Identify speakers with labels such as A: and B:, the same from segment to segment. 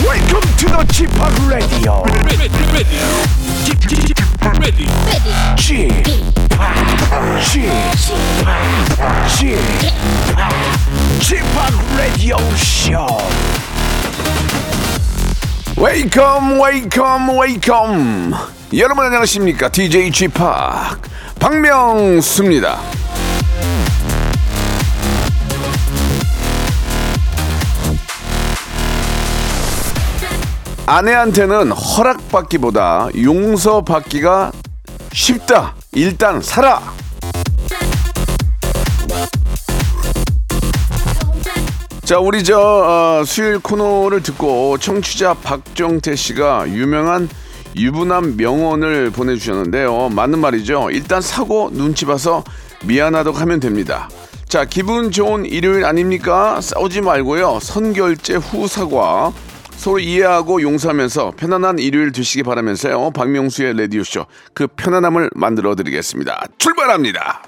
A: Welcome to the g p o p Radio.
B: ready, ready, ready, ready,
A: g p o p g p o p g p o p Radio Show. Welcome, welcome, welcome. 여러분 안녕하십니까? DJ g p o p 박명수입니다. 아내한테는 허락받기보다 용서받기가 쉽다. 일단 살아. 자, 우리 저 어, 수요일 코너를 듣고 청취자 박정태 씨가 유명한 유부남 명언을 보내주셨는데요. 맞는 말이죠. 일단 사고 눈치 봐서 미안하다고 하면 됩니다. 자, 기분 좋은 일요일 아닙니까? 싸우지 말고요. 선결제 후 사과. 서로 이해하고 용서하면서 편안한 일요일 되시기 바라면서요. 박명수의 라디오쇼. 그 편안함을 만들어 드리겠습니다. 출발합니다.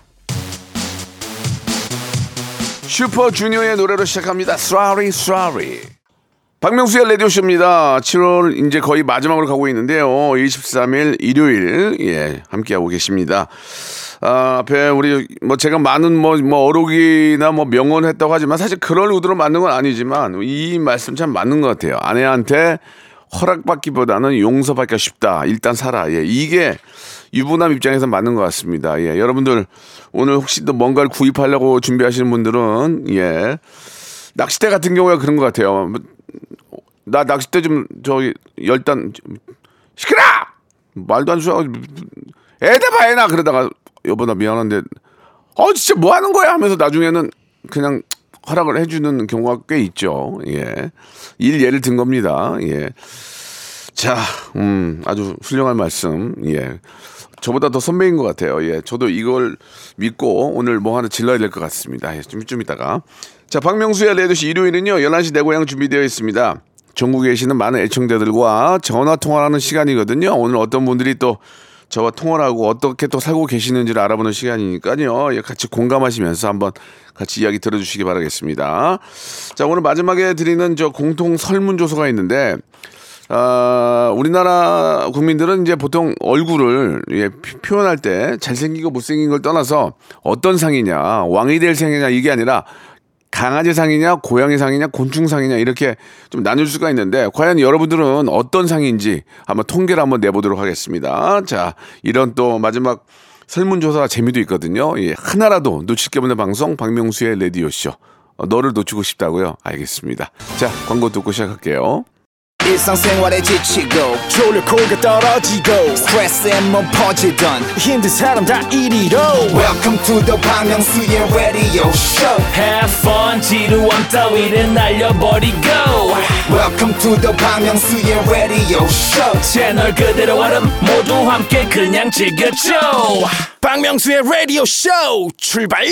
A: 슈퍼주니어의 노래로 시작합니다. Sorry, Sorry. 박명수의 라디오쇼입니다. 7월 이제 거의 마지막으로 가고 있는데요. 23일 일요일 예 함께하고 계십니다. 아, 앞에 우리 뭐 제가 많은 뭐, 뭐 어록이나 뭐 명언했다고 하지만 사실 그럴 의도로 맞는 건 아니지만 이 말씀 참 맞는 것 같아요. 아내한테 허락받기보다는 용서받기가 쉽다. 일단 살아. 예, 이게 유부남 입장에서 맞는 것 같습니다. 예, 여러분들 오늘 혹시 또 뭔가를 구입하려고 준비하시는 분들은 예 낚싯대 같은 경우가 그런 것 같아요. 뭐, 나 낚싯대 좀 저기 열단 좀- 시끄라 말도 안 좋아 애다 봐야나 그러다가 여보 나 미안한데 어 진짜 뭐 하는 거야 하면서 나중에는 그냥 허락을 해주는 경우가 꽤 있죠 예일 예를 든 겁니다 예 자, 음, 아주 훌륭한 말씀. 예. 저보다 더 선배인 것 같아요. 예. 저도 이걸 믿고 오늘 뭐 하나 질러야 될 것 같습니다. 예, 좀, 좀 이따가. 자, 박명수의 레드시 일요일은요, 11시 네 내고향 준비되어 있습니다. 전국에 계시는 많은 애청자들과 전화통화하는 시간이거든요. 오늘 어떤 분들이 또 저와 통화를 하고 어떻게 또 살고 계시는지를 알아보는 시간이니까요. 예, 같이 공감하시면서 한번 같이 이야기 들어주시기 바라겠습니다. 자, 오늘 마지막에 드리는 저 공통 설문조사가 있는데, 아, 우리나라 국민들은 이제 보통 얼굴을 예, 피- 표현할 때 잘생기고 못생긴 걸 떠나서 어떤 상이냐, 왕이 될 상이냐 이게 아니라 강아지 상이냐, 고양이 상이냐, 곤충 상이냐 이렇게 좀 나눌 수가 있는데 과연 여러분들은 어떤 상인지 한번 통계를 한번 내보도록 하겠습니다. 자, 이런 또 마지막 설문조사 재미도 있거든요. 예, 하나라도 놓칠 게 없는 방송 박명수의 레디오 쇼. 어, 너를 놓치고 싶다고요? 알겠습니다. 자, 광고 듣고 시작할게요.
C: 일상생활에 지치고, 졸려 코가 떨어지고, 스트레스에 몸 퍼지던, 힘든 사람 다 이리로. welcome to the Bang Myung-soo's radio show
B: Have fun 지루함 따위를 날려버리고
C: welcome to the Bang Myung-soo's radio show
B: 채널 그대로 얼음 모두 함께 그냥 즐겨줘 박명수의 라디오 쇼 출발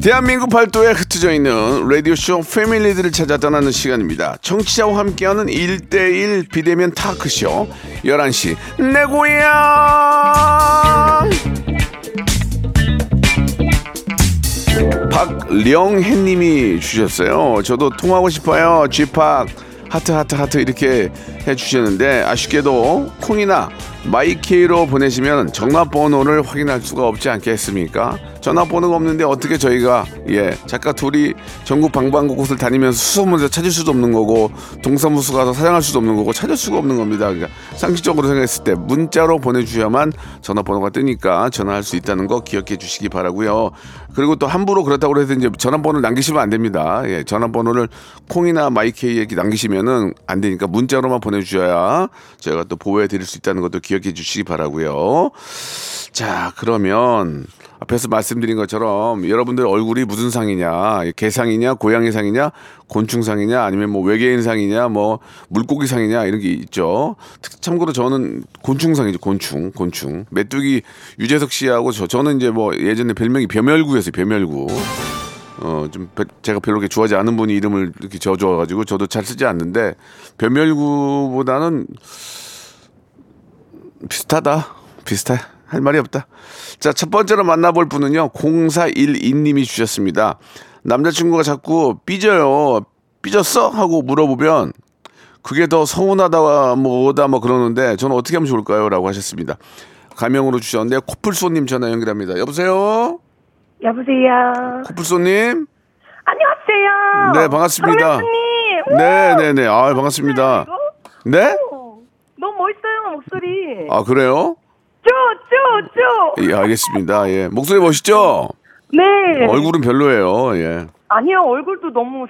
A: 대한민국 팔도에 흩어져 있는 라디오쇼 패밀리들을 찾아 떠나는 시간입니다. 청취자와 함께하는 1대1 비대면 타크쇼 11시 내 고향 박령혜님이 주셨어요. 저도 통하고 싶어요. 쥐팍 하트 하트 하트 이렇게 해주셨는데 아쉽게도 콩이나 마이케이로 보내시면 전화번호를 확인할 수가 없지 않겠습니까? 전화번호가 없는데 어떻게 저희가 예 작가 둘이 전국 방방곡 곳을 다니면서 수소문서 찾을 수도 없는 거고 동사무소 가서 사냥할 수도 없는 거고 찾을 수가 없는 겁니다. 그러니까 상식적으로 생각했을 때 문자로 보내주셔야만 전화번호가 뜨니까 전화할 수 있다는 거 기억해 주시기 바라고요. 그리고 또 함부로 그렇다고 해서 이제 전화번호를 남기시면 안 됩니다. 예, 전화번호를 콩이나 마이케이에 남기시면은 안 되니까 문자로만 보내주셔야 저희가 또 보호해 드릴 수 있다는 것도 기억해 주시기 바라고요. 자, 그러면 앞에서 말씀드린 것처럼 여러분들 얼굴이 무슨 상이냐, 개상이냐, 고양이 상이냐, 곤충 상이냐, 아니면 뭐 외계인 상이냐, 뭐 물고기 상이냐 이런 게 있죠. 특- 참고로 저는 곤충 상이죠, 곤충, 곤충. 메뚜기 유재석 씨하고 저 저는 이제 뭐 예전에 별명이 벼멸구였어요, 벼멸구. 어 좀 제가 별로 이렇게 좋아하지 않은 분이 이름을 이렇게 지어줘가지고 저도 잘 쓰지 않는데 벼멸구보다는 비슷하다 비슷해 할 말이 없다. 자, 첫 번째로 만나볼 분은요. 0412님이 주셨습니다. 남자친구가 자꾸 삐져요. 삐졌어? 하고 물어보면 그게 더 서운하다 뭐다 뭐 그러는데 저는 어떻게 하면 좋을까요? 라고 하셨습니다. 가명으로 주셨는데 코뿔소님 전화 연결합니다. 여보세요?
D: 여보세요.
A: 코뿔소님?
D: 안녕하세요.
A: 네, 반갑습니다.
D: 박명수님.
A: 네,
D: 우와,
A: 네, 네. 아, 반갑습니다.
D: 이거?
A: 네?
D: 오, 너무 멋있어요 목소리.
A: 아, 그래요?
D: 쪼쪼쪼.
A: 예, 알겠습니다. 예. 목소리 멋있죠?
D: 네.
A: 얼굴은 별로예요. 예.
D: 아니요 얼굴도 너무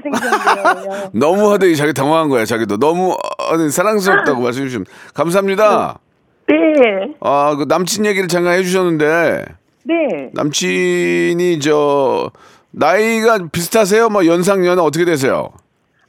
D: 생겼는데요.
A: 너무 하더니 자기 당황한 거야, 자기도. 너무 어, 아니, 사랑스럽다고 말씀해 주시면 감사합니다.
D: 네.
A: 아, 그 남친 얘기를 잠깐 해 주셨는데
D: 네.
A: 남친이 저 나이가 비슷하세요? 뭐 연상 연하 어떻게 되세요?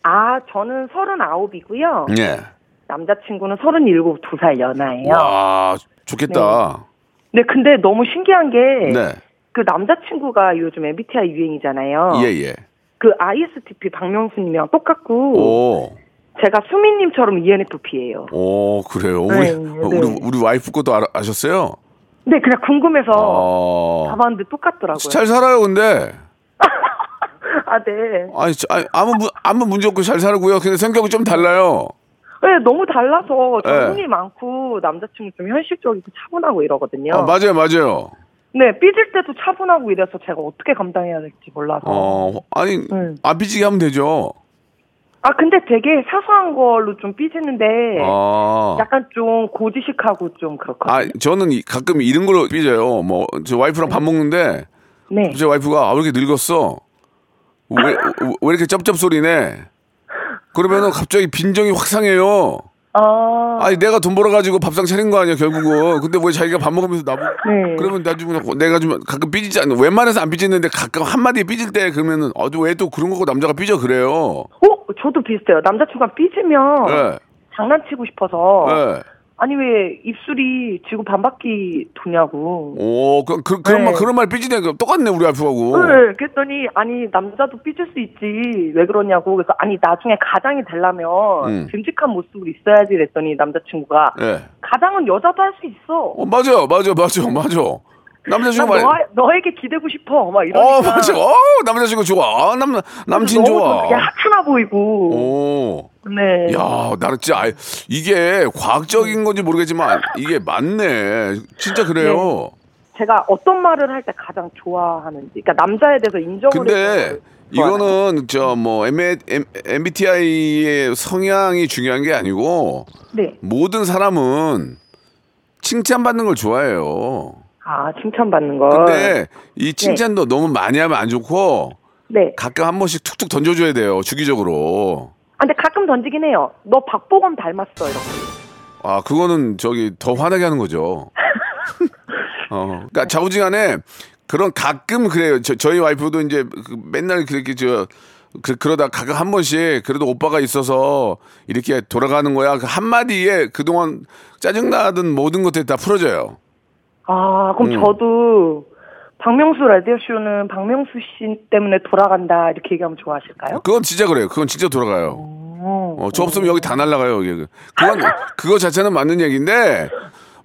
D: 아 저는 서른아홉이고요.
A: 예.
D: 남자친구는 서른일곱 두 살 연하예요.
A: 와, 좋겠다.
D: 네 근데 너무 신기한 게.
A: 네.
D: 그 남자친구가 요즘 MBTI 유행이잖아요.
A: 예, 예.
D: 그 ISTP 박명수님이랑 똑같고
A: 오.
D: 제가 수민님처럼 ENFP예요.
A: 오, 그래요. 우리
D: 네,
A: 어,
D: 네.
A: 우리 우리 와이프 것도 알, 아셨어요?
D: 네, 그냥 궁금해서
A: 아.
D: 어. 가봤는데 똑같더라고요.
A: 잘 살아요, 근데.
D: 아, 네.
A: 아니, 저- 아니, 아무 문- 아무 문제 없고 잘 살고요. 근데 성격이 좀 달라요.
D: 네, 너무 달라서 정이
A: 네.
D: 많고 남자친구 좀 현실적이고 차분하고 이러거든요.
A: 아, 맞아요, 맞아요.
D: 네, 삐질 때도 차분하고 이래서 제가 어떻게 감당해야 될지 몰라서.
A: 어, 아니,
D: 네.
A: 안 삐지게 하면 되죠.
D: 아, 근데 되게 사소한 걸로 좀 삐지는데
A: 아.
D: 약간 좀 고지식하고 좀 그렇거든요.
A: 아, 저는 이- 가끔 이런 걸로 삐져요. 뭐, 저 와이프랑 밥 먹는데,
D: 네.
A: 제 와이프가, 아, 왜 이렇게 늙었어? 왜, 왜- 왜 이렇게 쩝쩝소리네? 그러면은 갑자기 빈정이 확 상해요.
D: 아,
A: 아니, 내가 돈 벌어가지고 밥상 차린 거 아니야, 결국은. 근데 왜 자기가 밥 먹으면서 나보고.
D: 네.
A: 그러면 나중에 내가 좀 가끔 삐지지 않는 웬만해서 안 삐지는데 가끔 한마디에 삐질 때 그러면은 어, 왜 또 그런 거고 남자가 삐져 그래요.
D: 어, 저도 비슷해요. 남자친구가 삐지면
A: 예.
D: 장난치고 싶어서
A: 예.
D: 아니 왜 입술이 지구 반바퀴 도냐고.
A: 오, 그, 그, 그런
D: 네.
A: 말, 그런 말 삐지네. 그 똑같네, 우리 와이프하고.
D: 네, 그랬더니 아니 남자도 삐질 수 있지 왜 그러냐고 그래서 아니 나중에 가장이 되려면
A: 음.
D: 듬직한 모습으로 있어야지 그랬더니 남자친구가
A: 예.
D: 가장은 여자도 할 수 있어
A: 어, 맞아, 맞아, 맞아, 맞아. 남자친구
D: 난
A: 많이.
D: 너, 너에게 기대고 싶어 막 이러니까
A: 어, 맞아. 어, 남자친구 좋아. 아, 남, 남친
D: 너무
A: 좋아.
D: 좀 그게 하찮아 보이고
A: 오.
D: 네
A: 야, 나는 진짜, 아, 이게 과학적인 건지 모르겠지만, 이게 맞네. 진짜 그래요.
D: 네. 제가 어떤 말을 할 때 가장 좋아하는지 그러니까 남자에 대해서 인정을
A: 근데
D: 해주는 걸 좋아하는 거.
A: 이거는 저 뭐 MBTI의 성향이 중요한 게 아니고
D: 네.
A: 모든 사람은 칭찬받는 걸 좋아해요.
D: 아 칭찬받는 걸
A: 근데 이 칭찬도 너무 많이 하면 안 좋고
D: 네
A: 가끔 한 번씩 툭툭 던져줘야 돼요. 주기적으로.
D: 아, 근데 가끔 던지긴 해요 너 박보검 닮았어 이렇게
A: 아 그거는 저기 더 화나게 하는 거죠. 어, 그러니까 자우지간에 그런 가끔 그래요. 저, 저희 와이프도 이제 그 맨날 그렇게 저 그, 그러다 가끔 한 번씩 그래도 오빠가 있어서 이렇게 돌아가는 거야. 그 한마디에 그동안 짜증나던 모든 것들이 다 풀어져요.
D: 아, 그럼
A: 음.
D: 저도 박명수 라디오쇼는 박명수 씨 때문에 돌아간다 이렇게 얘기하면 좋아하실까요?
A: 그건 진짜 그래요. 그건 진짜 돌아가요. 어, 저 없으면 여기 다 날라가요. 여기. 그건 그거 자체는 맞는 얘기인데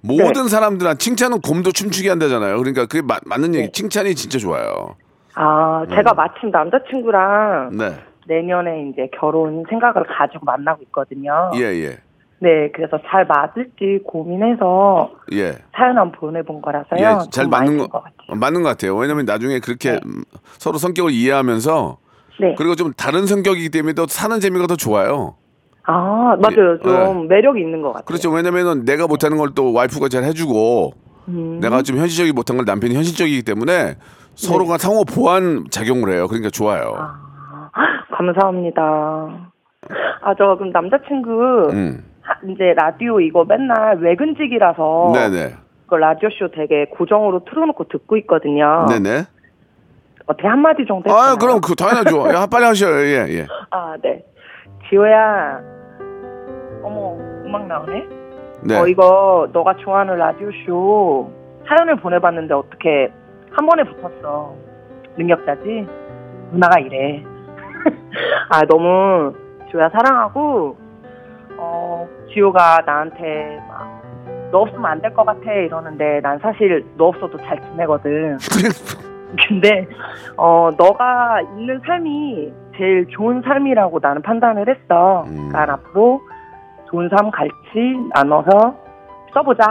A: 모든
D: 네.
A: 사람들한 칭찬은 곰도 춤추게 한다잖아요. 그러니까 그게 마- 맞는
D: 네.
A: 얘기. 칭찬이 진짜 좋아요.
D: 아,
A: 음.
D: 제가 마침 남자친구랑
A: 네.
D: 내년에 이제 결혼 생각을 가지고 만나고 있거든요.
A: 예, 예.
D: 네, 그래서 잘 맞을지 고민해서
A: 예.
D: 사연 한 번 보내본 거라서요.
A: 예, 잘
D: 좀
A: 맞는
D: 많이
A: 거, 어,
D: 것 같아요.
A: 맞는 것 같아요. 왜냐면 나중에 그렇게 음, 서로 성격을 이해하면서
D: 네.
A: 그리고 좀 다른 성격이기 때문에 또 사는 재미가 더 좋아요.
D: 아, 맞아요.
A: 예,
D: 좀 매력이 있는 것 같아요.
A: 그렇죠. 왜냐면은 내가 못하는 걸 또 와이프가 잘 해주고
D: 음.
A: 내가 좀 현실적이 못한 걸 남편이 현실적이기 때문에 서로가
D: 네.
A: 상호 보완 작용을 해요. 그러니까 좋아요.
D: 감사합니다. 아, 저 그럼 남자친구
A: 음.
D: 하- 이제 라디오 이거 맨날 외근직이라서
A: 네네.
D: 그 라디오 쇼 되게 고정으로 틀어놓고 네. 듣고 있거든요.
A: 네네.
D: 어떻게 한 마디 정도?
A: 아
D: 해주나요?
A: 그럼 그 당연하죠. 야 빨리 하셔요. 예 예.
D: 아 네. 지호야. 어머 음악 나오네.
A: 네.
D: 어 이거 너가 좋아하는 라디오 쇼 사연을 보내봤는데 어떻게 한 번에 붙었어. 능력자지? 누나가 이래. 아 너무 지호야 사랑하고 어 지호가 나한테 막 너 없으면 안 될 것 같아 이러는데 난 사실 너 없어도 잘 지내거든. 근데 어 너가 있는 삶이 제일 좋은 삶이라고 나는 판단을 했어.
A: 음.
D: 그러니까 앞으로 좋은 삶 같이 나눠서 써보자.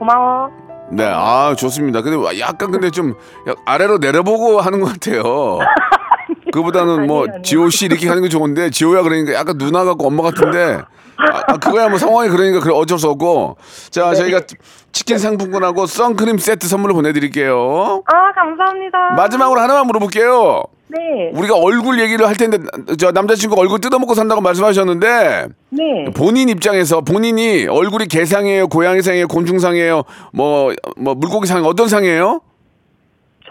D: 고마워.
A: 네, 아 좋습니다. 근데 와, 약간 근데 좀 약- 아래로 내려보고 하는 것 같아요. 그보다는 뭐
D: 아니에요, 아니에요.
A: 지호 씨 이렇게 하는 게 좋은데 지호야 그러니까 약간 누나 같고 엄마 같은데 아, 아, 그거야 뭐 상황이 그러니까 그래 어쩔 수 없고 자
D: 네.
A: 저희가 치킨 상품권하고 선크림 세트 선물로 보내드릴게요.
D: 아 감사합니다.
A: 마지막으로 하나만 물어볼게요.
D: 네.
A: 우리가 얼굴 얘기를 할 텐데 나- 저 남자친구 얼굴 뜯어먹고 산다고 말씀하셨는데
D: 네.
A: 본인 입장에서 본인이 얼굴이 개상이에요, 고양이상이에요, 곤충상이에요, 뭐, 뭐 물고기상 어떤 상이에요?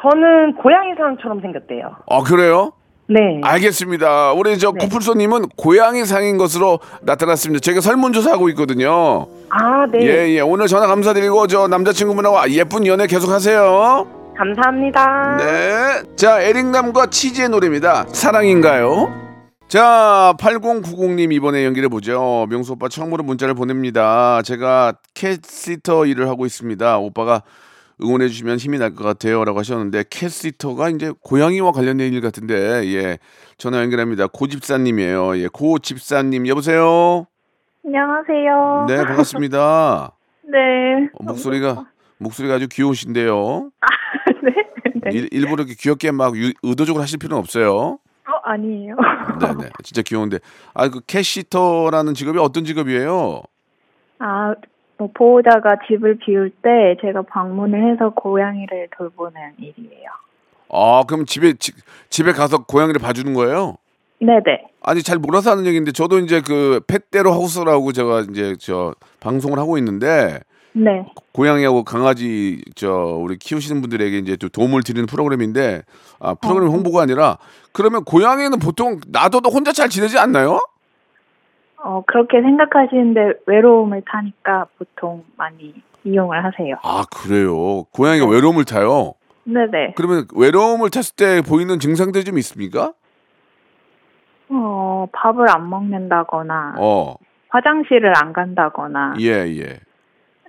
D: 저는 고양이 사람처럼 생겼대요.
A: 아 그래요?
D: 네.
A: 아, 알겠습니다. 우리 저 코풀소님은 고양이상인 것으로 나타났습니다. 저희가 설문조사하고 있거든요.
D: 아 네.
A: 예예. 오늘 전화 감사드리고 저 남자친구분하고 예쁜 연애 계속하세요.
D: 감사합니다.
A: 네. 자, 에릭남과 치즈의 노래입니다. 사랑인가요? 자, 8090님 이번에 연기를 보죠. 명수 오빠 처음으로 문자를 보냅니다. 제가 캣시터 일을 하고 있습니다. 오빠가 응원해 주시면 힘이 날 것 같아요라고 하셨는데 캣시터가 이제 고양이와 관련된 일 같은데 예. 전화 연결합니다. 고집사님이에요. 예. 고집사님 여보세요.
E: 안녕하세요.
A: 네, 반갑습니다.
E: 네.
A: 어, 목소리가 목소리가 아주 귀여우신데요.
E: 네. 네.
A: 일, 일부러 이렇게 귀엽게 막 유- 의도적으로 하실 필요는 없어요.
E: 어, 아니에요.
A: 네네. 진짜 귀여운데. 아, 그 캐시터라는 직업이 어떤 직업이에요?
E: 아, 뭐 보호자가 집을 비울 때 제가 방문을 해서 고양이를 돌보는 일이에요.
A: 아, 그럼 집에, 지- 집에 가서 고양이를 봐주는 거예요?
E: 네네.
A: 아니, 잘 몰라서 하는 얘기인데, 저도 이제 그 펫대로 하우스라고 제가 이제 저 방송을 하고 있는데,
E: 네.
A: 고양이하고 강아지 저 우리 키우시는 분들에게 이제 또 도움을 드리는 프로그램인데, 아, 프로그램 홍보가 아니라, 그러면 고양이는 보통 놔둬도 혼자 잘 지내지 않나요?
E: 어, 그렇게 생각하시는데 외로움을 타니까 보통 많이 이용을 하세요.
A: 아, 그래요. 고양이가 외로움을 타요?
E: 네네.
A: 그러면 외로움을 탔을 때 보이는 증상들이 좀 있습니까?
E: 어, 밥을 안 먹는다거나
A: 어,
E: 화장실을 안 간다거나
A: 예, 예.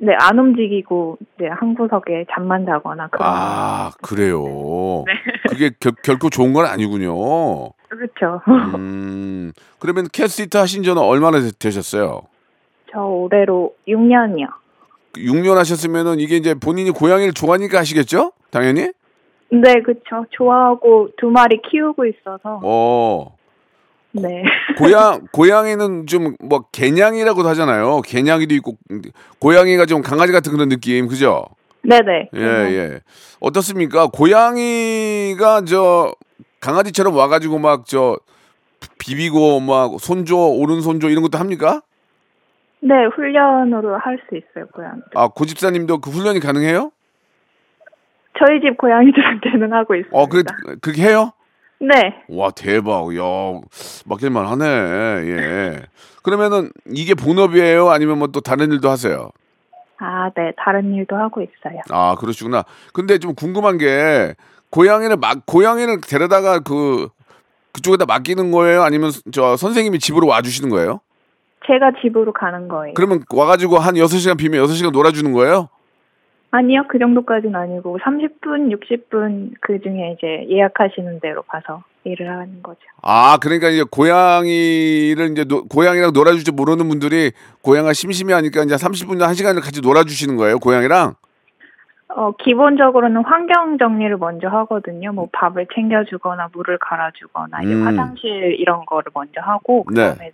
E: 네, 안 움직이고 네, 한 구석에 잠만 자거나 그런
A: 아, 그래요. 그게 결, 결코 좋은 건 아니군요.
E: 그렇죠.
A: 음, 그러면 캐스티트 하신 지는 얼마나 되- 되셨어요?
E: 저 올해로 6년이요.
A: 6년 하셨으면은 이게 이제 본인이 고양이를 좋아하니까 하시겠죠? 당연히?
E: 네, 그쵸. 좋아하고 두 마리 키우고 있어서.
A: 어,
E: 네.
A: 고양, 고양이는 좀 뭐 개냥이라고도 하잖아요. 개냥이도 있고, 고양이가 좀 강아지 같은 그런 느낌, 그죠?
E: 네네.
A: 예, 예. 어떻습니까? 고양이가 저 강아지처럼 와가지고 막 저 비비고 막 손줘, 오른손줘 이런 것도 합니까?
E: 네, 훈련으로 할 수 있어요, 고양이.
A: 아, 고집사님도 그 훈련이 가능해요?
E: 저희 집 고양이들한테는 하고 있습니다.
A: 어, 그, 그렇게 해요?
E: 네.
A: 와, 대박. 야, 맡길만 하네. 예. 그러면은 이게 본업이에요? 아니면 뭐 또 다른 일도 하세요?
E: 아, 네. 다른 일도 하고 있어요.
A: 아, 그러시구나. 근데 좀 궁금한 게 고양이를 막, 고양이를 데려다가 그, 그쪽에다 맡기는 거예요? 아니면 저 선생님이 집으로 와주시는 거예요?
E: 제가 집으로 가는 거예요.
A: 그러면 와가지고 한 6시간 비면 6시간 놀아주는 거예요?
E: 아니요, 그 정도까지는 아니고 30분, 60분 그 중에 이제 예약하시는 대로 가서 일을 하는 거죠.
A: 아, 그러니까 이제 고양이를 이제 노- 고양이랑 놀아줄 줄 모르는 분들이 고양이가 심심해하니까 이제 30분이나 1시간을 같이 놀아주시는 거예요, 고양이랑?
E: 어, 기본적으로는 환경 정리를 먼저 하거든요. 뭐 밥을 챙겨주거나 물을 갈아주거나 이제
A: 음.
E: 화장실 이런 거를 먼저 하고
A: 네.
E: 그다음에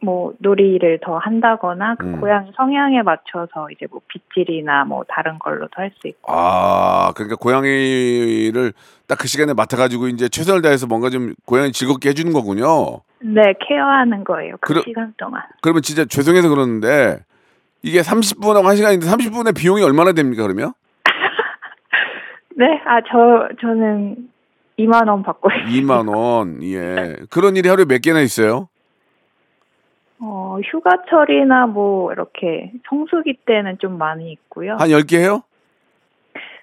E: 뭐 놀이를 더 한다거나 그
A: 음.
E: 고양이 성향에 맞춰서 이제 뭐 빗질이나 뭐 다른 걸로도 할 수 있고
A: 아, 그러니까 고양이를 딱 그 시간에 맡아가지고 이제 최선을 다해서 뭔가 좀 고양이 즐겁게 해주는 거군요.
E: 네 케어하는 거예요. 그
A: 그러-
E: 시간 동안
A: 그러면 진짜 죄송해서 그러는데 이게 30분하고 1시간인데 30분의 비용이 얼마나 됩니까, 그러면?
E: 네 아 저 저는 2만 원 받고 있어요.
A: 2만원, 예. 그런 일이 하루에 몇 개나 있어요?
E: 어, 휴가철이나 뭐 이렇게 성수기 때는 좀 많이 있고요.
A: 한 10개 해요?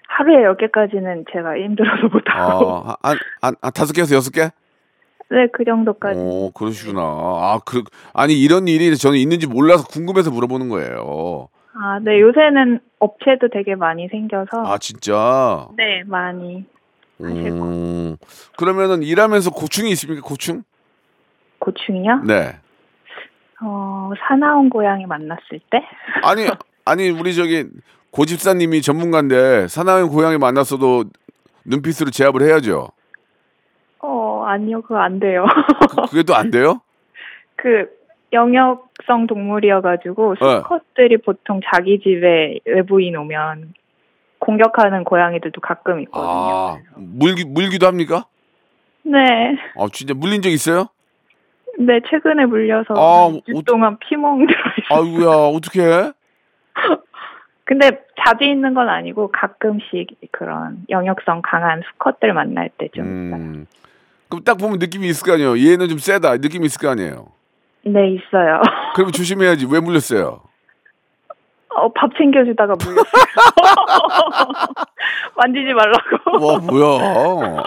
E: 하루에 10개까지는 제가 힘들어서 못하고
A: 어, 한, 한, 한 다섯 개에서 여섯 개?
E: 네, 그 정도까지.
A: 오, 그러시구나. 아, 그, 아니, 이런 일이 저는 있는지 몰라서 궁금해서 물어보는 거예요.
E: 아, 네, 요새는 업체도 되게 많이 생겨서.
A: 아 진짜.
E: 네, 많이.
A: 음. 그러면은 일하면서 고충이 있습니까? 고충?
E: 고충이요?
A: 네.
E: 어, 사나운 고양이 만났을 때?
A: 아니 아니 우리 저기 고집사님이 전문가인데 사나운 고양이 만났어도 눈빛으로 제압을 해야죠.
E: 어, 아니요, 그거 안 돼요.
A: 그- 그게 또 안 돼요?
E: 그, 영역성
A: 네.
E: 동물이어가지고, 수컷들이 보통 자기 집에 외부인 오면 공격하는 고양이들도 가끔 있거든요.
A: 아 물기 물기도 합니까?
E: 네.
A: 아 진짜 물린 적 있어요?
E: 네, 최근에 물려서
A: 아,
E: 한 6주 동안 피멍 들어있어요.
A: 아이고야 어떡해?
E: 근데 자주 있는 건 아니고 가끔씩 그런 영역성 강한 수컷들 만날 때죠.
A: 음. 그럼 딱 보면 느낌이 있을 거 아니에요. 얘는 좀 세다 느낌이 있을 거 아니에요.
E: 네, 있어요.
A: 그러면 조심해야지. 왜 물렸어요?
E: 어, 밥 챙겨주다가 물렸어요. 만지지 말라고.
A: 와 뭐야?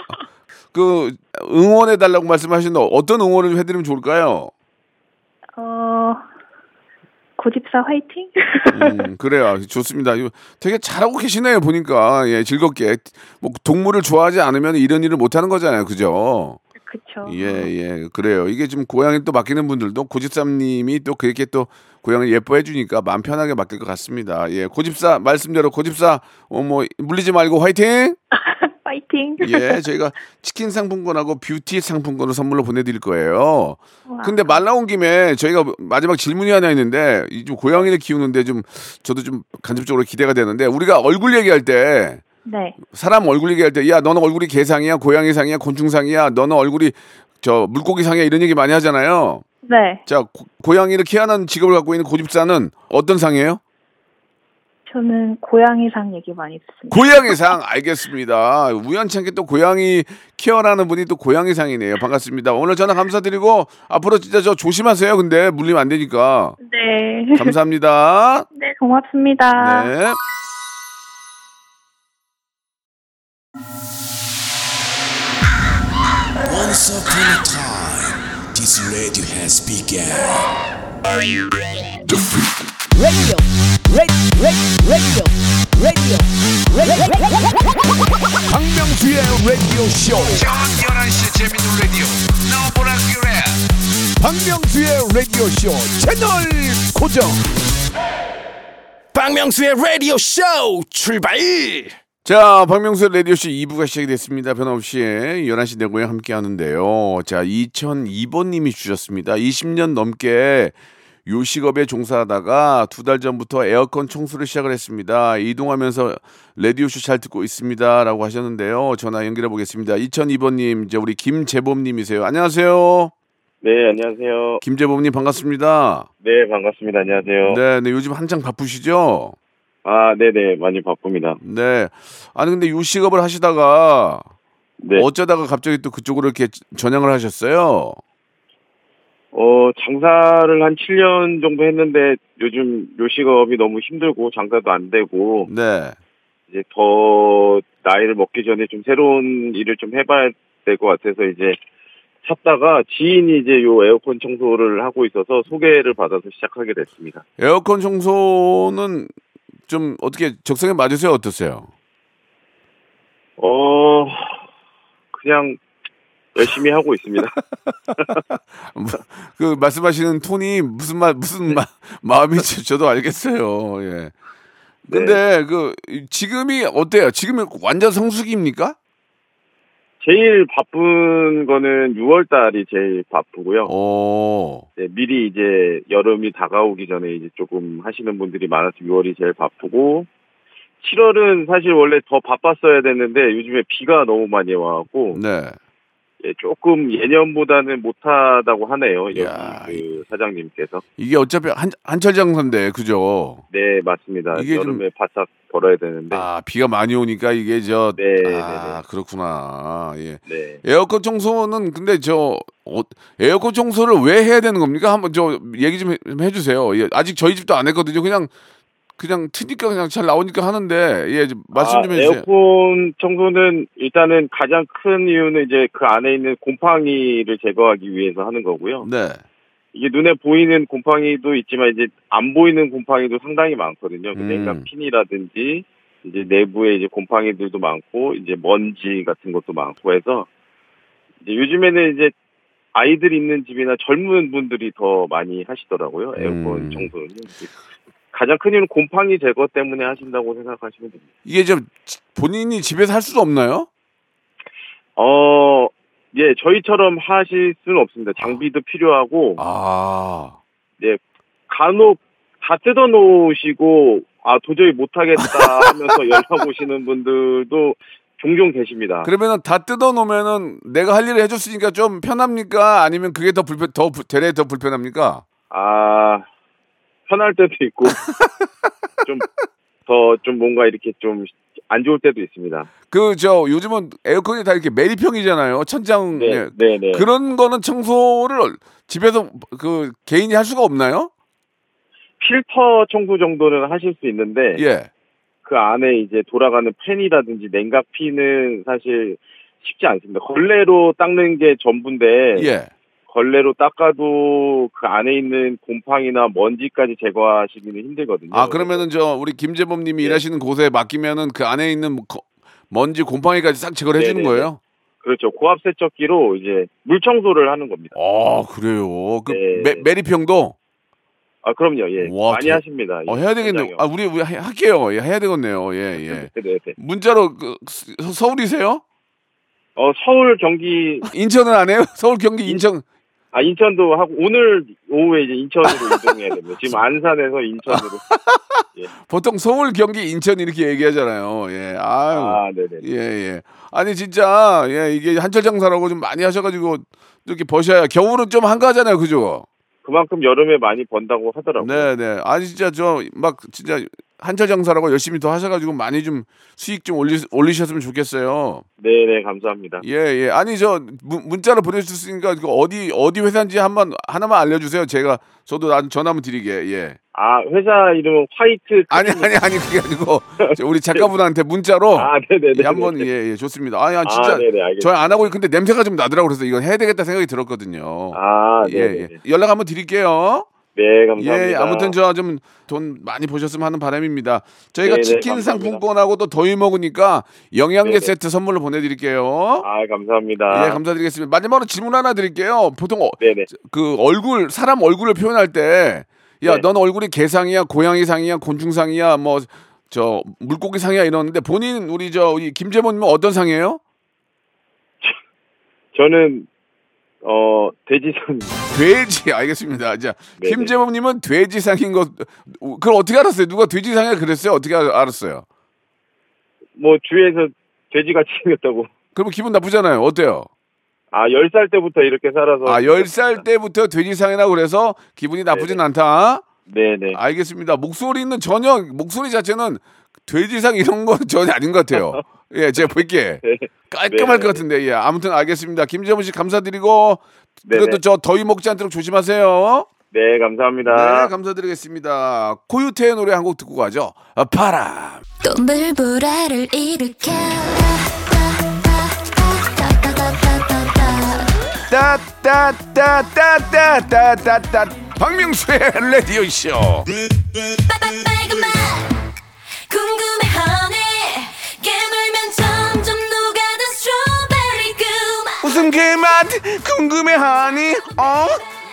A: 그 응원해 달라고 말씀하시는데 어떤 응원을 좀 해드리면 좋을까요?
E: 어, 고집사 화이팅?
A: 음, 그래요. 좋습니다. 이거 되게 잘하고 계시네요. 보니까 예, 즐겁게 뭐 동물을 좋아하지 않으면 이런 일을 못 하는 거잖아요. 그죠?
E: 그쵸.
A: 예, 예. 그래요. 이게 지금 고양이 또 맡기는 분들도 고집사님이 또 그렇게 또 고양이 예뻐해 주니까 마음 편하게 맡길 것 같습니다. 예. 고집사 말씀대로 고집사 어, 뭐 물리지 말고 화이팅!
E: 화이팅.
A: 예, 저희가 치킨 상품권하고 뷰티 상품권을 선물로 보내드릴 거예요.
E: 와.
A: 근데 말 나온 김에 저희가 마지막 질문이 하나 있는데 이 좀 고양이를 키우는데 좀 저도 좀 간접적으로 기대가 되는데 우리가 얼굴 얘기할 때
E: 네.
A: 사람 얼굴 얘기할 때 야 너는 얼굴이 개상이야 고양이상이야 곤충상이야 너는 얼굴이 저 물고기상이야 이런 얘기 많이 하잖아요.
E: 네.
A: 자 고, 양이를 키우는 직업을 갖고 있는 고집사는 어떤 상이에요?
E: 저는 고양이상 얘기 많이 듣습니다.
A: 고양이상 알겠습니다. 우연찮게 또 고양이 케어라는 분이 또 고양이상이네요. 반갑습니다. 오늘 전화 감사드리고 앞으로 진짜 저 조심하세요. 근데 물리면 안 되니까.
E: 네.
A: 감사합니다.
E: 네, 고맙습니다.
A: 네.
B: Once upon a time, this radio has begun.
F: radio, radio, radio, radio, radio,
B: 박명수의 라디오 쇼. 박명수의 라디오 쇼 채널 고정. 박명수의 라디오 쇼 출발.
A: 자, 박명수의 라디오쇼 2부가 시작이 됐습니다. 변함없이 예, 11시 내고에 함께 하는데요. 자, 2002번님이 주셨습니다. 20년 넘게 요식업에 종사하다가 두 달 전부터 에어컨 청소를 시작을 했습니다. 이동하면서 라디오쇼 잘 듣고 있습니다. 라고 하셨는데요. 전화 연결해 보겠습니다. 2002번님, 이제 우리 김재범님이세요. 안녕하세요.
G: 네, 안녕하세요.
A: 김재범님 반갑습니다.
G: 네, 반갑습니다. 안녕하세요.
A: 네, 네, 요즘 한창 바쁘시죠?
G: 아, 네네, 많이 바쁩니다.
A: 네. 아니, 근데 요식업을 하시다가
G: 네. 어,
A: 어쩌다가 갑자기 또 그쪽으로 이렇게 전향을 하셨어요?
G: 어, 장사를 한 7년 정도 했는데 요즘 요식업이 너무 힘들고 장사도 안 되고
A: 네.
G: 이제 더 나이를 먹기 전에 좀 새로운 일을 좀 해봐야 될 것 같아서 이제 찾다가 지인이 이제 요 에어컨 청소를 하고 있어서 소개를 받아서 시작하게 됐습니다.
A: 에어컨 청소는 좀 어떻게 적성에 맞으세요? 어떠세요?
G: 어, 그냥 열심히 하고 있습니다.
A: 그 말씀하시는 톤이 무슨 말
G: 네.
A: 무슨 마, 마음인지 저도 알겠어요. 예. 근데 그 지금이 어때요? 지금이 완전 성수기입니까?
G: 제일 바쁜 거는 6월 달이 제일 바쁘고요.
A: 어. 오.
G: 네, 미리 이제 여름이 다가오기 전에 이제 조금 하시는 분들이 많아서 6월이 제일 바쁘고 7월은 사실 원래 더 바빴어야 됐는데 요즘에 비가 너무 많이 와갖고
A: 네.
G: 예, 조금 예년보다는 못하다고 하네요. 여기
A: 야,
G: 그 사장님께서.
A: 이게 어차피 한, 한철 장사인데 그죠?
G: 네, 맞습니다.
A: 이게 좀-
G: 여름에 바짝 벌어야 되는데.
A: 아 비가 많이 오니까 이게 저
G: 네, 네, 네.
A: 아, 그렇구나. 예.
G: 네.
A: 에어컨 청소는 근데 저 어, 에어컨 청소를 왜 해야 되는 겁니까? 한번 저 얘기 좀, 해, 좀 해주세요. 예, 아직 저희 집도 안 했거든요. 그냥 그냥 트니까 그냥 잘 나오니까 하는데 예 좀 말씀
G: 아,
A: 좀 해주세요.
G: 에어컨 청소는 일단은 가장 큰 이유는 이제 그 안에 있는 곰팡이를 제거하기 위해서 하는 거고요.
A: 네,
G: 이게 눈에 보이는 곰팡이도 있지만 이제 안 보이는 곰팡이도 상당히 많거든요. 그러니까
A: 음.
G: 핀이라든지 이제 내부에 이제 곰팡이들도 많고 이제 먼지 같은 것도 많고 해서 이제 요즘에는 이제 아이들 있는 집이나 젊은 분들이 더 많이 하시더라고요. 에어컨
A: 음.
G: 청소는 가장 큰 이유는 곰팡이 제거 때문에 하신다고 생각하시면 됩니다.
A: 이게 좀 지- 본인이 집에서 할 수도 없나요?
G: 어, 예, 저희처럼 하실 수는 없습니다. 장비도 필요하고
A: 아,
G: 간혹 다 뜯어 놓으시고 아 도저히 못 하겠다 하면서 연락 오시는 분들도 종종 계십니다.
A: 그러면은 다 뜯어 놓으면은 내가 할 일을 해줬으니까 좀 편합니까? 아니면 그게 더 불편, 더 부- 되레 더 불편합니까?
G: 아 편할 때도 있고 좀 더 좀 뭔가 이렇게 좀 안 좋을 때도 있습니다.
A: 그 저 요즘은 에어컨이 다 이렇게 매립형이잖아요. 천장 예.
G: 네, 네, 네.
A: 그런 거는 청소를 집에서 그 개인이 할 수가 없나요?
G: 필터 청소 정도는 하실 수 있는데
A: 예.
G: 그 안에 이제 돌아가는 팬이라든지 냉각피는 사실 쉽지 않습니다. 걸레로 닦는 게 전부인데
A: 예.
G: 걸레로 닦아도 그 안에 있는 곰팡이나 먼지까지 제거하시기는 힘들거든요.
A: 아 그러면은 저 우리 김재범 님이
G: 예.
A: 일하시는 곳에 맡기면은 그 안에 있는 뭐 거- 먼지 곰팡이까지 싹 제거를 해주는
G: 네네네.
A: 거예요?
G: 그렇죠. 고압 세척기로 이제 물 청소를 하는 겁니다.
A: 아 그래요. 그
G: 네.
A: 매, 매립형도
G: 아 그럼요. 예.
A: 와,
G: 많이
A: 대-
G: 하십니다.
A: 어, 해야 되겠네요.
G: 현장에요.
A: 아 우리, 우리 하- 할게요. 예, 해야 되겠네요. 예 예.
G: 네, 네, 네.
A: 문자로 그, 서- 서울이세요?
G: 어 서울 경기
A: 인천은 안 해요? 서울 경기 인천
G: 아 인천도 하고 오늘 오후에 이제 인천으로 이동해야 됩니다. 지금 안산에서 인천으로.
A: 보통 서울 경기 인천 이렇게 얘기하잖아요. 예. 아유.
G: 아 네네.
A: 예, 예. 아니, 진짜, 예, 이게 한철 장사라고 좀 많이 하셔가지고, 또 이렇게 버셔야, 겨울은 좀 한가하잖아요, 그죠?
G: 그만큼 여름에 많이 번다고 하더라고요.
A: 네, 네. 아니, 진짜 저, 막, 진짜, 한철 장사라고 열심히 더 하셔가지고, 많이 좀 수익 좀 올리, 올리셨으면 좋겠어요.
G: 네, 네 감사합니다.
A: 예, 예. 아니, 저, 문, 문자로 보내주셨으니까, 그 어디, 어디 회사인지 한 번, 하나만 알려주세요. 제가, 저도 나- 전화 한번 드리게, 예.
G: 아 회사 이름은 화이트.
A: 아니, 아니, 아니, 그게 아니고, 저 우리 작가분한테 문자로,
G: 아 네네.
A: 예, 한번 예, 예, 좋습니다. 아니, 아 진짜
G: 아 네네 알겠습니다.
A: 저희 안 하고 근데 냄새가 좀 나더라고 그래서 이건 해야 되겠다 생각이 들었거든요.
G: 아
A: 예,
G: 네네.
A: 예. 연락 한번 드릴게요.
G: 네 감사합니다.
A: 예, 아무튼 저 좀 돈 많이 보셨으면 하는 바람입니다. 저희가
G: 네네,
A: 치킨
G: 감사합니다.
A: 상품권하고 또 더위 먹으니까 영양제
G: 네네.
A: 세트 선물로 보내드릴게요.
G: 아 감사합니다.
A: 예, 감사드리겠습니다. 마지막으로 질문 하나 드릴게요. 보통 어-
G: 네네.
A: 그 얼굴 사람 얼굴을 표현할 때, 야,
G: 네.
A: 넌 얼굴이 개상이야, 고양이상이야, 곤충상이야, 뭐 저 물고기상이야 이러는데 본인 우리 저 우리 김재범님은 어떤 상이에요?
G: 저는 어 돼지선
A: 돼지 알겠습니다. 자
G: 네네.
A: 김재범님은 돼지상인 것 그걸 어떻게 알았어요? 누가 돼지상이야 그랬어요? 어떻게 알- 알았어요?
G: 뭐 주위에서 돼지같이 생겼다고.
A: 그러면 기분 나쁘잖아요. 어때요?
G: 아 열 살 때부터 이렇게 살아서.
A: 아, 10살 때부터 돼지상이라고 그래서 기분이 나쁘진
G: 네,
A: 않다. 예.
G: 네네.
A: 아. 알겠습니다. 목소리는 전혀, 목소리 자체는 돼지상 이런 건 전혀 아닌 것 같아요. 예, 제가 볼게. 깔끔할
G: 네네.
A: 것 같은데, 예. 아무튼 알겠습니다. 김재범 씨 감사드리고,
G: 네네.
A: 그래도 저 더위 먹지 않도록 조심하세요.
G: 네 감사합니다.
A: 네, 감사드리겠습니다. 코요태의 노래 한 곡 듣고 가죠. 아, 바람.
H: 또 물보라를 일으켜
A: 따따따따따따따따. 박명수의 라디오쇼. 웃음 그맛 궁금해하니 어?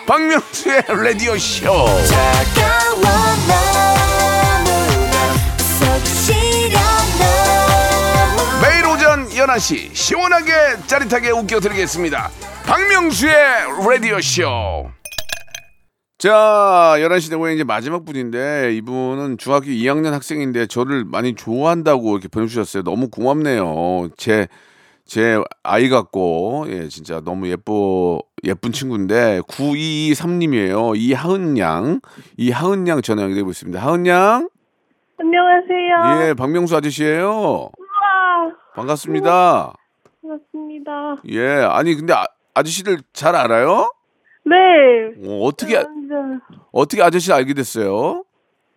A: 박명수의 라디오 쇼. 매일 오전 11시 시원하게 짜릿하게 웃겨드리겠습니다. 박명수의 라디오 쇼. 자, 11시 되고 이제 마지막 분인데 이분은 중학교 2학년 학생인데 저를 많이 좋아한다고 이렇게 보내주셨어요. 너무 고맙네요. 제 제 아이 같고 예 진짜 너무 예뻐 예쁜 친구인데 9223님이에요 이하은 양 이하은 양 전화 연결되고 있습니다 하은 양예 예,
E: 안녕하세요.
A: 박명수 아저씨예요
E: 우와,
A: 반갑습니다
E: 반갑습니다.
A: 예 아니 근데 아, 아저씨를 잘 알아요
E: 네.
A: 어, 어떻게 아-
E: 완전.
A: 어떻게 아저씨 알게 됐어요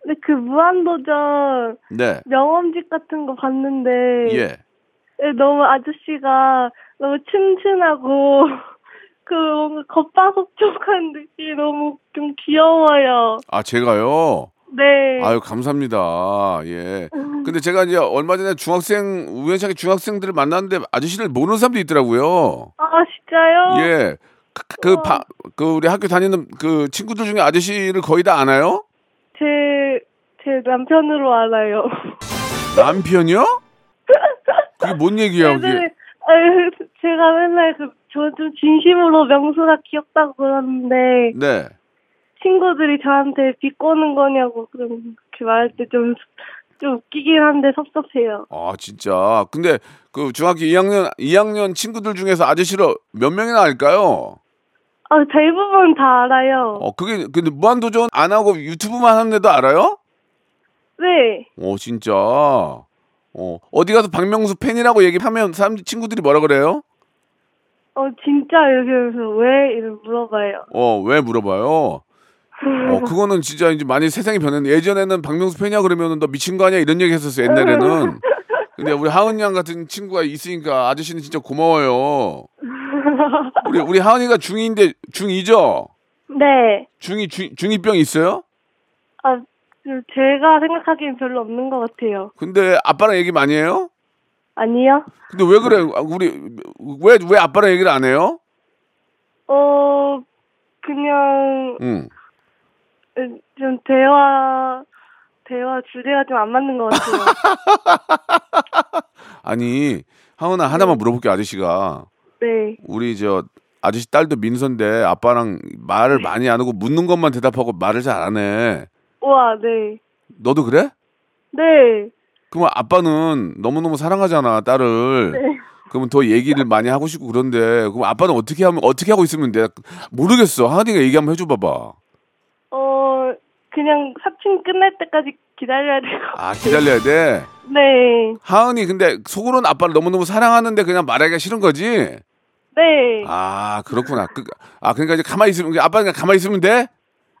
E: 근데 그 무한도전
A: 네예
E: 명함집 같은 거
A: 예.
I: 예,
E: 봤는데 네, 너무 아저씨가 너무 튼튼하고
I: 그 겉바속촉한 느낌이 너무 좀 귀여워요.
A: 아, 제가요?
I: 네. 음.
A: 아유, 감사합니다. 예. 근데 제가 이제 얼마 전에 중학생, 우연찮게 중학생들을 만났는데 아저씨를 모르는 사람도 있더라고요.
I: 아 진짜요?
A: 예. 그, 그, 그, 바- 그 우리 학교 다니는 그 친구들 중에 아저씨를 거의 다 아나요?
I: 제, 제 남편으로 알아요.
A: 남편이요? 그게 뭔
E: 네,
A: 얘기야, 그게?
I: 예전에, 아유, 제가 맨날 그, 저 좀 진심으로 명수가 귀엽다고 그러는데,
A: 네.
I: 친구들이 저한테 비꼬는 거냐고, 그런, 그렇게 말할 때 좀, 좀 웃기긴 한데 섭섭해요.
A: 아, 진짜. 근데 그 중학교 2학년, 2학년 친구들 중에서 아저씨를 몇 명이나 알까요?
I: 아, 대부분 다 알아요.
A: 어, 그게, 근데 무한도전 안 하고 유튜브만 하는데도 알아요?
I: 네.
A: 어, 진짜. 어, 어디 가서 박명수 팬이라고 얘기하면 사람 친구들이 뭐라 그래요?
I: 어, 진짜 여기에서 왜? 이를 물어봐요.
A: 어, 왜 물어봐요? 어, 그거는 진짜 이제 많이 세상이 변했네. 예전에는 박명수 팬이야 그러면 너 미친 거 아니야 이런 얘기 했었어, 옛날에는. 근데 우리 하은 양 같은 친구가 있으니까 아저씨는 진짜 고마워요. 우리, 우리 하은이가 중2인데, 중2죠?
I: 네.
A: 중2, 중, 중2병 있어요?
I: 아, 그 제가 생각하기엔 별로 없는 것 같아요.
A: 근데 아빠랑 얘기 많이 해요?
I: 아니요?
A: 근데 왜 그래? 아, 우리, 왜, 왜 아빠랑 얘기를 안 해요?
I: 어, 그냥,
A: 응.
I: 좀 대화 대화 주제가 좀 안 맞는 것 같아요.
A: 아니 하은아 하나만 물어볼게 아저씨가
I: 네.
A: 우리 저 아저씨 딸도 민서인데 아빠랑 말을
I: 네.
A: 많이 안 하고 묻는 것만 대답하고 말을 잘 안 해.
I: 우와, 네.
A: 너도 그래?
I: 네.
A: 그럼 아빠는 너무너무 사랑하잖아
I: 네.
A: 딸을. 그러면 더 얘기를 많이 하고 싶고 그런데 그럼 아빠는 어떻게 하면 어떻게 하고 있으면 돼? 모르겠어. 하은이가 얘기 한번 해줘 봐봐.
I: 어, 그냥 사춘 끝날 때까지 기다려야 돼요.
A: 아 기다려야 돼.
I: 네.
A: 하은이 근데 속으로는 아빠를 너무너무 사랑하는데 그냥 말하기가 싫은 거지.
I: 네.
A: 아 그렇구나. 그, 아 그러니까 이제 가만히 있으면 아빠 그냥 가만히 있으면 돼?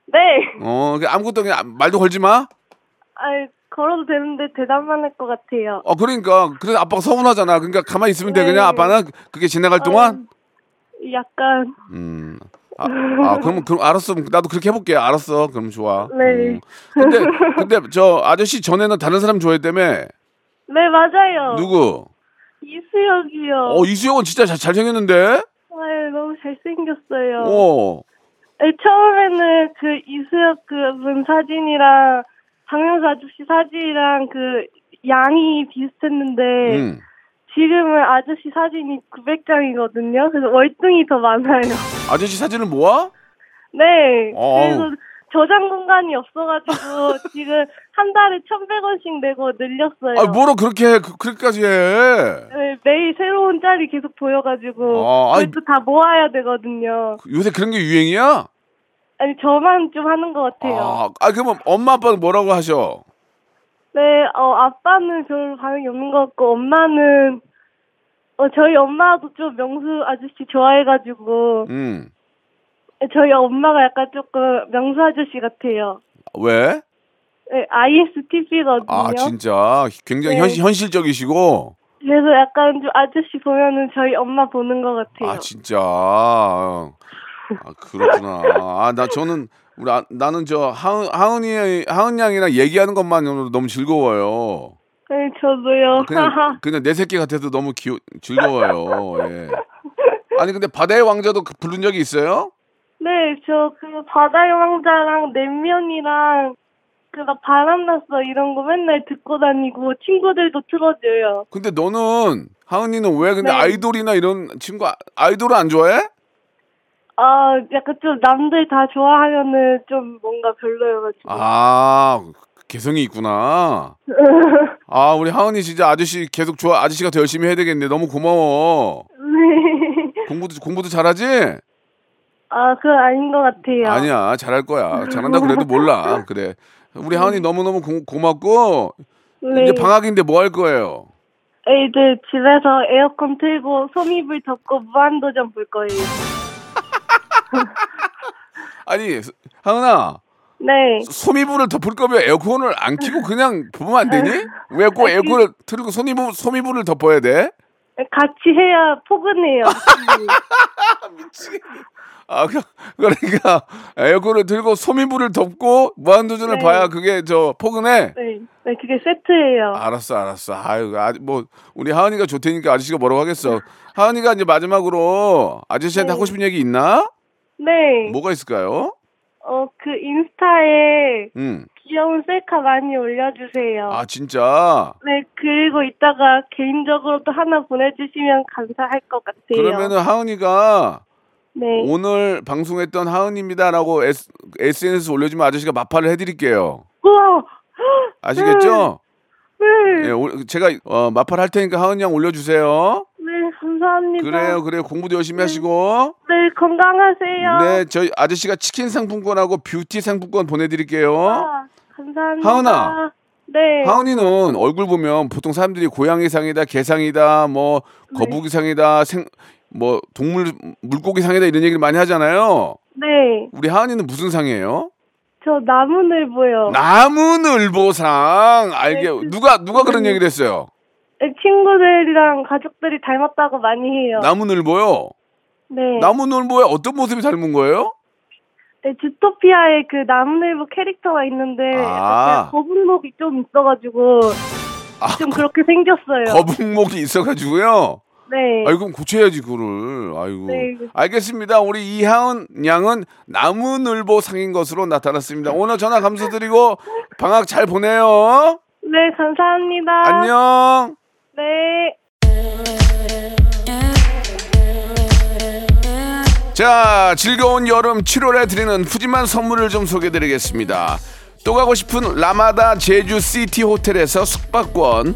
I: 네.
A: 어, 그냥 아무것도 그냥 안- 말도 걸지 마.
I: 아, 걸어도 되는데 대답만 할 것 같아요.
A: 어, 그러니까 그래서 아빠가 서운하잖아. 그러니까 가만히 있으면 돼.
I: 네.
A: 그냥 아빠는 그게 지나갈 동안.
I: 약간
A: 음. 아, 아 그럼 그럼 알았어. 나도 그렇게 해볼게. 알았어. 그럼 좋아.
I: 네.
A: 음. 근데 근데 저 아저씨 전에는 다른 사람 좋아했다며.
I: 네, 맞아요.
A: 누구?
I: 이수혁이요.
A: 어, 이수영은 진짜 잘, 잘생겼는데.
I: 아, 너무 잘생겼어요.
A: 어.
I: 네, 처음에는 그 이수혁 그분 사진이랑 박명수 아저씨 사진이랑 그 양이 비슷했는데
A: 음.
I: 지금은 아저씨 사진이 900장이거든요. 그래서 월등히 더 많아요.
A: 아저씨 사진을 모아?
I: 네.
A: 어우.
I: 그래서 저장 공간이 없어가지고 지금 한 달에 1,100원씩 내고 늘렸어요.
A: 아, 뭐로 그렇게 해? 그, 그렇게까지 해?
I: 네, 매일 새로운 짤이 계속 보여가지고
A: 아, 아이.
I: 그것도 다 모아야 되거든요.
A: 요새 그런 게 유행이야?
I: 아니 저만 좀 하는 것 같아요.
A: 아, 아, 그러면 엄마 아빠는 뭐라고 하셔?
I: 네, 어, 아빠는 별 반응이 없는 것 같고, 엄마는, 어, 저희 엄마도 좀 명수 아저씨 좋아해가지고,
A: 음.
I: 저희 엄마가 약간 조금 명수 아저씨 같아요.
A: 왜?
I: 네, ISTP거든요.
A: 아 진짜 굉장히
I: 네.
A: 현실, 현실적이시고
I: 그래서 약간 좀 아저씨 보면은 저희 엄마 보는 것 같아요.
A: 아 진짜 아 그렇구나 아 나 저는 우리 아, 나는 저 하은 하은이 하은 양이랑 얘기하는 것만으로 너무 즐거워요 아,
I: 네, 저도요.
A: 그냥 그냥 내 새끼 같아서 너무 귀여 즐거워요 예 아니 근데 바다의 왕자도 그- 부른 적이 있어요
I: 네, 저 그 바다의 왕자랑 냉면이랑, 그 막 바람났어 이런 거 맨날 듣고 다니고 친구들도 틀어줘요.
A: 근데 너는 하은이는 왜 근데
I: 네.
A: 아이돌이나 이런 친구 아- 아이돌을 안 좋아해
I: 아, 약간 좀 남들 다 좋아하면은 좀 뭔가 별로여가지고.
A: 아 개성이 있구나. 아 우리 하은이 진짜 아저씨 계속 좋아 아저씨가 더 열심히 해야 되겠네. 너무 고마워.
I: 네.
A: 공부도 공부도 잘하지?
I: 아, 그건 아닌 것 같아요.
A: 아니야 잘할 거야. 잘한다 그래도 몰라 그래. 우리 하은이 너무 너무 고맙고
I: 네.
A: 이제 방학인데 뭐 할 거예요?
I: 에, 이제 집에서 에어컨 틀고 솜이불 덮고 무한도전 볼 거예요.
A: 아니 하은아
I: 네.
A: 소미부를 덮을 거면 에어컨을 안 켜고 그냥 보면 안 되니? 왜 꼭 에어컨을 틀고 소미부 소미부를 덮어야 돼?
I: 같이 해야 포근해요.
A: 아, 그- 그러니까 에어컨을 들고 소미불을 덮고 무한도전을
I: 네.
A: 봐야 그게 저 포근해.
I: 네, 네, 그게 세트예요.
A: 알았어, 알았어. 아유, 아, 뭐 우리 하은이가 좋다니까 아저씨가 뭐라고 하겠어. 하은이가 이제 마지막으로 아저씨한테
I: 네.
A: 하고 싶은 얘기 있나?
I: 네,
A: 뭐가 있을까요?
I: 어, 그 인스타에
A: 음.
I: 귀여운 셀카 많이 올려주세요.
A: 아, 진짜.
I: 네, 그리고 이따가 개인적으로도 하나 보내주시면 감사할 것 같아요.
A: 그러면은 하은이가
I: 네,
A: 오늘 방송했던 하은입니다라고 S, SNS 에 올려주면 아저씨가 마파를 해드릴게요.
I: 우와,
A: 아시겠죠?
I: 네,
A: 예, 오- 제가 어, 마팔 할 테니까 하은이 형 올려주세요.
I: 네, 감사합니다.
A: 그래요, 그래요. 공부도 열심히 하시고.
I: 네, 건강하세요.
A: 네, 저희 아저씨가 치킨 상품권하고 뷰티 상품권 보내드릴게요.
I: 아, 감사합니다.
A: 어? 하은아.
I: 네.
A: 하은이는 얼굴 보면 보통 사람들이 고양이상이다, 개상이다, 뭐
I: 네.
A: 거북이상이다, 생, 뭐 동물 물고기상이다 이런 얘기를 많이 하잖아요.
I: 네,
A: 우리 하은이는 무슨 상이에요?
I: 저 나무늘보요.
A: 나무늘보상 알게
I: 어. 네, 그-
A: 누가 누가 그런 얘기를 했어요?
I: 네, 친구들이랑 가족들이 닮았다고 많이 해요.
A: 나무늘보요.
I: 네.
A: 나무늘보의 어떤 모습이 닮은 거예요?
I: 네, 주토피아에 그 나무늘보 캐릭터가 있는데
A: 아.
I: 약간 거북목이 좀 있어가지고
A: 아,
I: 좀 그렇게 생겼어요.
A: 거북목이 있어가지고요.
I: 네.
A: 아이고 그럼 고쳐야지 그거를 아이고
I: 네.
A: 알겠습니다 우리 이하은 양은 나무늘보 상인 것으로 나타났습니다 오늘 전화 감사드리고 방학 잘 보내요
I: 네, 감사합니다.
A: 안녕
I: 네.
A: 자 즐거운 여름 7월에 드리는 푸짐한 선물을 좀 소개드리겠습니다 또 가고 싶은 라마다 제주시티 호텔에서 숙박권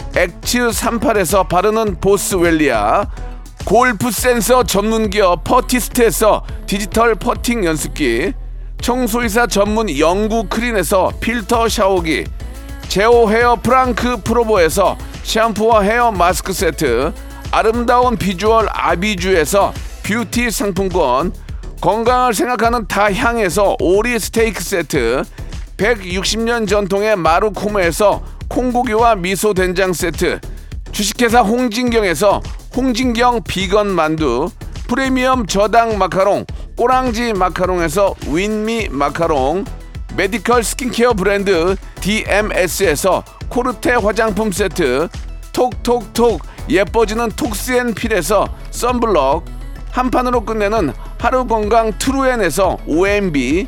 A: 액츠 38에서 바르는 보스웰리아 골프 센서 전문기업 퍼티스트에서 디지털 퍼팅 연습기 청소이사 전문 영구 크린에서 필터 샤워기 제오 헤어 프랑크 프로보에서 샴푸와 헤어 마스크 세트, 아름다운 비주얼 아비주에서 뷰티 상품권, 건강을 생각하는 다향에서 오리 스테이크 세트, 160년 전통의 마루코메에서 콩고기와 미소 된장 세트, 주식회사 홍진경에서 홍진경 비건 만두, 프리미엄 저당 마카롱, 꼬랑지 마카롱에서 윈미 마카롱, 메디컬 스킨케어 브랜드 DMS에서 코르테 화장품 세트, 톡톡톡 예뻐지는 톡스앤필에서 썬블럭, 한판으로 끝내는 하루 건강 트루엔에서 OMB,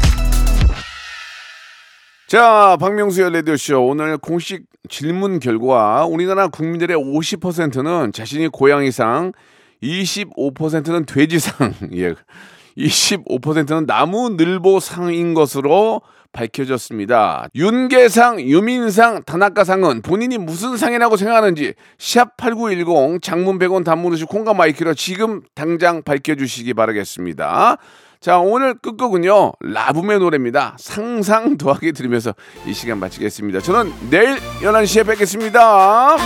A: 자, 박명수의 라디오쇼. 오늘 공식 질문 결과 우리나라 국민들의 50%는 자신이 고양이상, 25%는 돼지상, 예. 25%는 나무늘보상인 것으로 밝혀졌습니다. 윤계상, 유민상, 다나카상은 본인이 무슨 상이라고 생각하는지 샵8910 장문 100원 단문 50 콩과 마이크로 지금 당장 밝혀주시기 바라겠습니다. 자 오늘 끝곡은요 라붐의 노래입니다 상상 더하기 들으면서 이 시간 마치겠습니다 저는 내일 11시에 뵙겠습니다